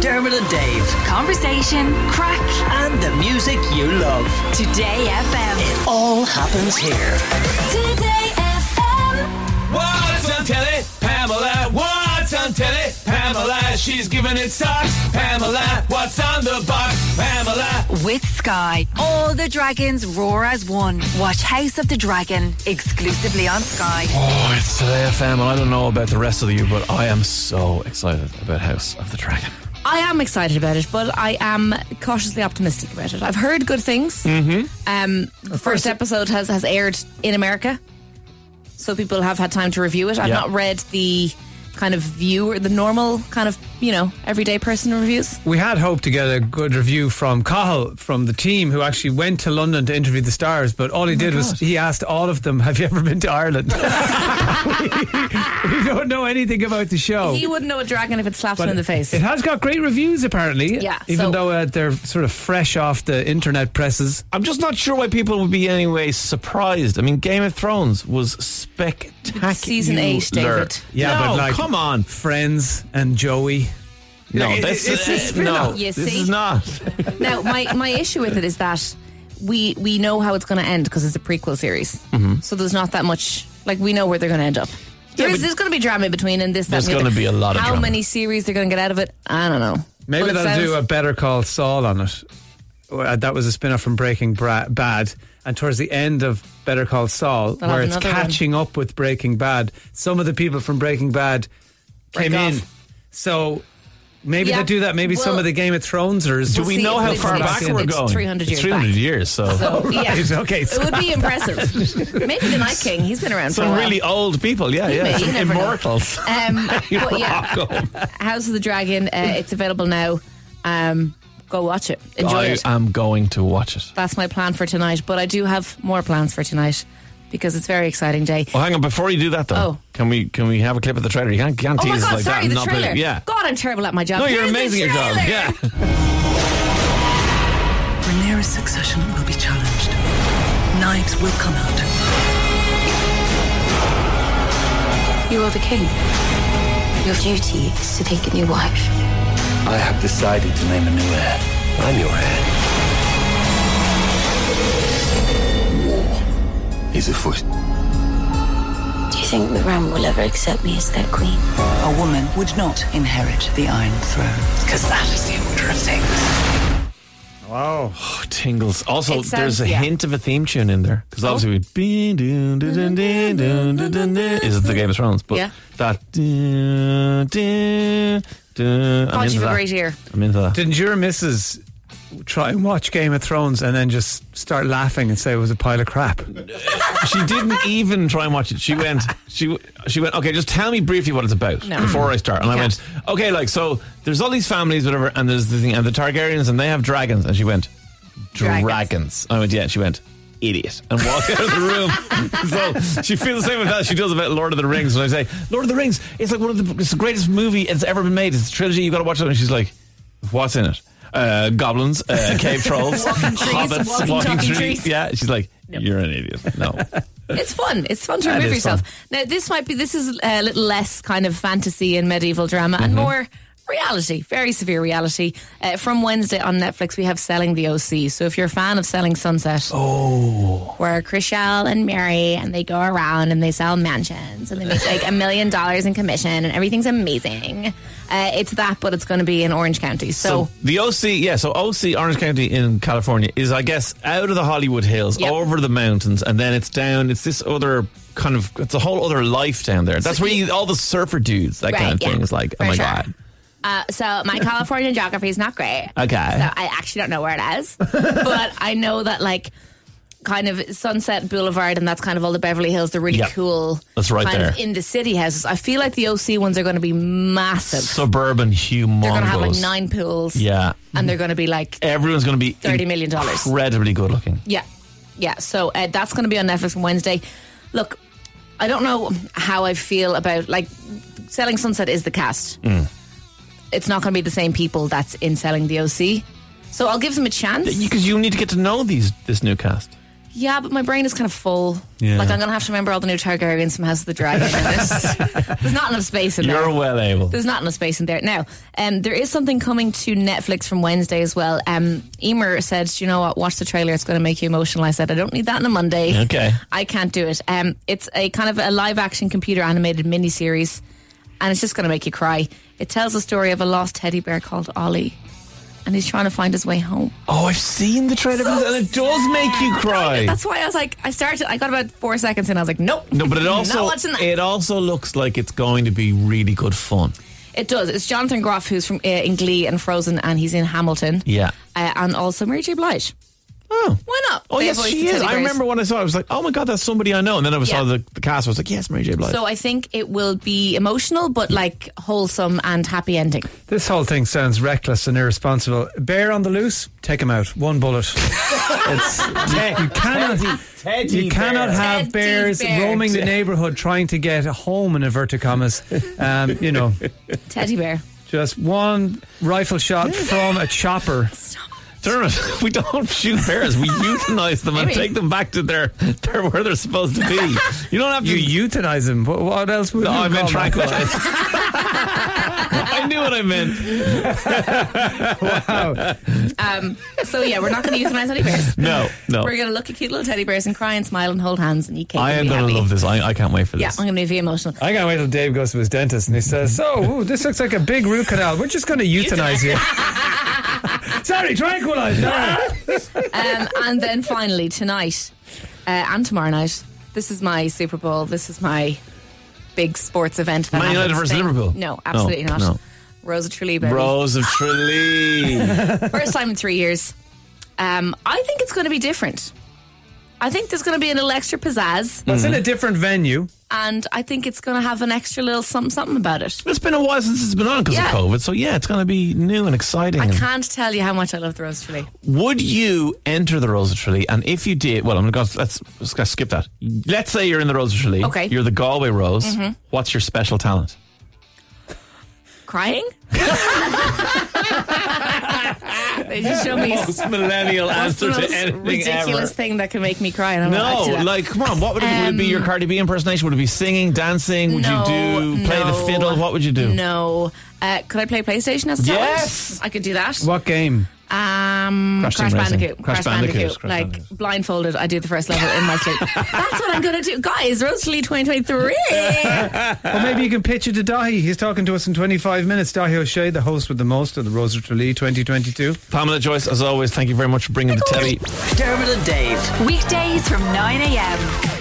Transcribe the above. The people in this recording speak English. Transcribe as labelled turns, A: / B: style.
A: Dermot and Dave,
B: Conversation, crack,
A: and the music you love.
B: Today FM.
A: All happens here.
B: Today FM.
C: What's on telly? Pamela. What's on telly? Pamela. She's giving it socks. Pamela. What's on the box? Pamela.
B: With Sky, all the dragons roar as one. Watch House of the Dragon exclusively on Sky.
C: Oh, it's today FM, and I don't know about the rest of you, but I am so excited about House of the Dragon.
D: I am excited about it, but I am cautiously optimistic about it. I've heard good things. Mm-hmm. Um, the first episode has, has aired in America, so people have had time to review it. I've
C: Yeah.
D: not read the kind of viewer, the normal kind of you know everyday person reviews.
E: we had hoped to get a good review from Cahill from the team who actually went to London to interview the stars, but
C: Oh
E: all he did was he asked all of them, "Have you ever been to Ireland?" we, we don't know anything about the show.
D: He wouldn't know a dragon if it slaps him in the face.
E: It has got great reviews, apparently.
D: Yeah,
E: Even
D: so-
E: though uh, they're sort of fresh off the internet presses.
C: I'm just not sure why people would be anyway surprised. I mean, Game of Thrones was spectacular.
D: Season eight, David.
E: Yeah,
C: no,
E: but like-
C: come on.
E: Friends and Joey.
C: No,
E: Like, it-
C: this
E: it's a
C: is no.
E: spin-off.
D: You
C: This is
D: see?
C: not.
D: now, my, my issue with it is that we we know how it's going to end because it's a prequel series.
C: Mm-hmm.
D: So there's not that much. Like we know where they're going to end up. There is, there's going to be drama in between, and this. that,
C: There's
D: and the other.
C: gonna be a lot of
D: How
C: drama.
D: many series they're going to get out of it? I don't know.
E: Maybe
D: But it
E: they'll do a
D: sounds-
E: Better Call Saul on it. Well, That was a spin off from Breaking Bra- Bad. And towards the end of Better Call Saul,
D: They'll
E: where
D: have
E: it's
D: another one.
E: catching up with Breaking Bad, some of the people from Breaking Bad
D: Break
E: came in.
D: off.
E: So maybe
D: Yeah.
E: they do that. Maybe some
D: Well-
E: of the Game of Thronesers.
C: Do
D: We'll
C: we
D: see,
C: know
D: but
C: how
D: it's-
C: far
D: it's-
C: back we're
D: it's
C: going?
D: 300 years
C: It's 300
D: back.
C: years, so.
D: So, yeah.
E: okay, so-
D: It would be impressive. Maybe the Night King. He's been around for a
C: Some
D: while.
C: really old people, yeah, yeah.
D: may, uh, you
C: Some
D: never know.
C: immortals.
D: Um,
C: You
D: but yeah,
C: rock 'em.
D: House of the Dragon. Uh, it's available now. Um, go watch it. Enjoy
C: I
D: it.
C: am going to watch it.
D: That's my plan for tonight. But I do have more plans for tonight because it's a very exciting day.
C: Well, hang on. Before you do that, though,
D: Oh.
C: can we can we have a clip of the trailer? You can't, can't
D: Oh my
C: tease us
D: god!
C: like that.
D: sorry,
C: and
D: the
C: not play it.
D: trailer.
C: Yeah.
D: God, I'm terrible at my job.
C: No, you're
D: Here's the
C: amazing at your job.
D: trailer.
C: Yeah.
F: Rhaenyra's succession will be challenged. Knives will come out. You are the king.
G: Your duty is to take a new wife.
H: I have decided to name a new heir. I'm your heir. War is afoot.
G: Do you think the realm will ever accept me as their queen?
F: A woman would not inherit the Iron Throne. Because that is the order of things.
C: Oh, tingles. Also,
D: It sounds-
C: there's a
D: yeah. Oh.
C: hint of a theme tune in there because obviously we been dun dun dun dun dun dun dun dun is the Game of Thrones, but
D: Yeah.
C: that dun dun dun. I'm
D: God,
C: into
D: you've a
C: that.
D: great ear.
C: I'm into that.
E: Didn't your missus try and watch Game of Thrones and then just start laughing and say it was a pile of crap?
C: She didn't even try and watch it. She went. She she went. Okay, just tell me briefly what it's about
D: No.
C: before I start. And I went. Okay, like so. There's all these families, whatever, and there's the thing, and the Targaryens, and they have dragons. And she went. Dragons.
D: Dragons.
C: I went. Yeah. And she went. Idiot. And walked out of the room. so she feels the same about that she does about Lord of the Rings. When I say Lord of the Rings, it's like one of the it's the greatest movie that's ever been made. It's a trilogy. You got to watch it. And she's like, what's in it? Uh, goblins, uh, cave trolls,
D: Walking trees,
C: hobbits,
D: walking, talking trees.
C: Yeah, she's like, you're an idiot. No.
D: It's fun. It's fun to
C: That
D: remove
C: is
D: yourself.
C: fun.
D: Now, this might be this is a little less kind of fantasy and medieval drama and
C: Mm-hmm.
D: more reality, very severe reality. Uh, from Wednesday on Netflix, we have Selling the OC. So if you're a fan of Selling Sunset, oh, where Chriselle and Mary and they go around and they sell mansions and they make like a million dollars in commission and everything's amazing. Uh, it's that, but it's going to be in Orange County. So.
C: So the OC, yeah, so OC Orange County in California is, I guess, out of the Hollywood Hills,
D: Yep.
C: over the mountains, and then it's down. It's this other kind of, it's a whole other life down there. That's where you all the surfer dudes, that kind of
D: yeah,
C: thing is like,
D: for
C: oh my
D: sure.
C: god,
D: Uh, so my California geography is not great.
C: Okay.
D: So I actually don't know where it is, but I know that like kind of Sunset Boulevard and that's kind of all the Beverly Hills, the really
C: Yep.
D: cool.
C: That's right
D: kind
C: there.
D: Of in the city houses. I feel like the OC ones are going to be massive.
C: suburban humongous.
D: they're going to have like nine pools.
C: Yeah, Mm-hmm.
D: And they're going to be like
C: everyone's going to be
D: $30 million.
C: incredibly good looking.
D: yeah. Yeah. So uh, that's going to be on Netflix on Wednesday. Look, I don't know how I feel about like Selling Sunset is the cast.
C: Mm.
D: It's not going to be the same people that's in Selling the OC. So I'll give them a chance.
C: Because you need to get to know these this new cast.
D: Yeah, but my brain is kind of full.
C: Yeah.
D: Like I'm gonna have to remember all the new Targaryens from House of the Dragon. and there's, there's not enough space in there.
C: You're well able.
D: There's not enough space in there. Now, um, there is something coming to Netflix from Wednesday as well. Um, Emer said, "Do you know what? Watch the trailer. It's going to make you emotional. I said, I don't need that on a Monday.
C: Okay.
D: I can't do it. Um, it's a kind of a live action computer animated miniseries, and it's just going to make you cry. It tells the story of a lost teddy bear called Ollie, and he's trying to find his way home.
C: Oh, I've seen the trailer, for this, and it does make you cry.
D: That's why I was like, I started, I got about four seconds in, I was like, nope.
C: No, but it
D: Not
C: also
D: watching that.
C: it also looks like it's going to be really good fun.
D: It does. It's Jonathan Groff who's from uh, in Glee and Frozen, and he's in Hamilton.
C: Yeah.
D: uh, and also Mary J. Blige.
C: Oh.
D: Why not?
C: Oh
D: They
C: yes,
D: voiced
C: she
D: the
C: is.
D: Teddy
C: I
D: Bears.
C: remember when I saw it, I was like, "Oh my god, that's somebody I know." And then I saw
D: Yeah.
C: the, the cast. I was like, "Yes, Mary J. Blige."
D: So I think it will be emotional, but like wholesome and happy ending.
E: This whole thing sounds reckless and irresponsible. Bear on the loose, take him out. One bullet. it's, you, you cannot, you cannot have
D: Teddy
E: bears
D: bear.
E: roaming the neighborhood trying to get a home in inverted commas. Um, you know,
D: Teddy bear.
E: just one rifle shot from a chopper.
C: Turn it. We don't shoot bears. We euthanize them and
D: Maybe.
C: take them back to their, their where they're supposed to be. You don't have to.
E: You euthanize him. What, what else would
C: no,
E: you
C: I meant
E: call that?
C: tranquilize. I knew what I meant.
D: Um, so yeah, we're not going to euthanize any bears.
C: No, no.
D: We're going to look at cute little teddy bears and cry and smile and hold hands and eat cake.
C: I am going to love this. I, I can't wait for
D: Yeah, oh
C: this.
D: I'm going to be very emotional.
E: I gotta wait till Dave goes to his dentist and he says, "So, ooh, this looks like a big root canal. We're just gonna euthanize you." Sorry, tranquilize. All right.
D: Um, and then finally tonight uh, and tomorrow night. This is my Super Bowl. This is my big sports event. That
C: Man United
D: happens.
C: versus
D: Thank-
C: Liverpool?
D: No, absolutely
C: No,
D: not.
C: no.
D: Rosa Trulli, baby.
C: Rose of Tralee.
D: First time in three years. Um, I think it's going to be different. I think there's going to be a little extra pizzazz,
E: It's in a different venue.
D: and I think it's going to have an extra little something something about it.
C: it's been a while since it's been on because
D: Yeah.
C: of COVID. So yeah, it's going to be new and exciting.
D: I
C: and-
D: can't tell you how much I love the Rose Trulli.
C: Would you enter the Rose of Tralee? And if you did, well, I'm going to let's, let's go skip that. Let's say you're in the Rose of Tralee.
D: Okay. Mm-hmm.
C: You're the Galway Rose. What's your special talent?
D: Crying? they just show me s-
C: millennial
D: what's the most ridiculous thing that can make me cry, and I'm like, I'd do
C: No,
D: that.
C: like, come on. What would it, be? would it be? Your Cardi B impersonation? Would it be singing, dancing? Would
D: No,
C: you do play the
D: no,
C: fiddle? What would you do?
D: No. Uh, could I play PlayStation as a talent?
C: Yes!
D: I could do that.
E: What game?
D: Um,
C: Crash
D: Crash,
C: Team Racing.
D: Bandicoot.
C: Crash Bandicoot, Crash
D: like
C: Bandicoot.
D: blindfolded, I do the first level in my sleep. That's what I'm gonna do, guys. Rosalie 2023.
E: Or maybe you can pitch it to Dahi. He's talking to us in 25 minutes. Dahi O'Shea, the host with the most of the Rosa Tralee 2022.
C: Pamela Joyce, as always, thank you very much for bringing the telly.
A: Dermot and Dave.
B: Weekdays from 9 a.m.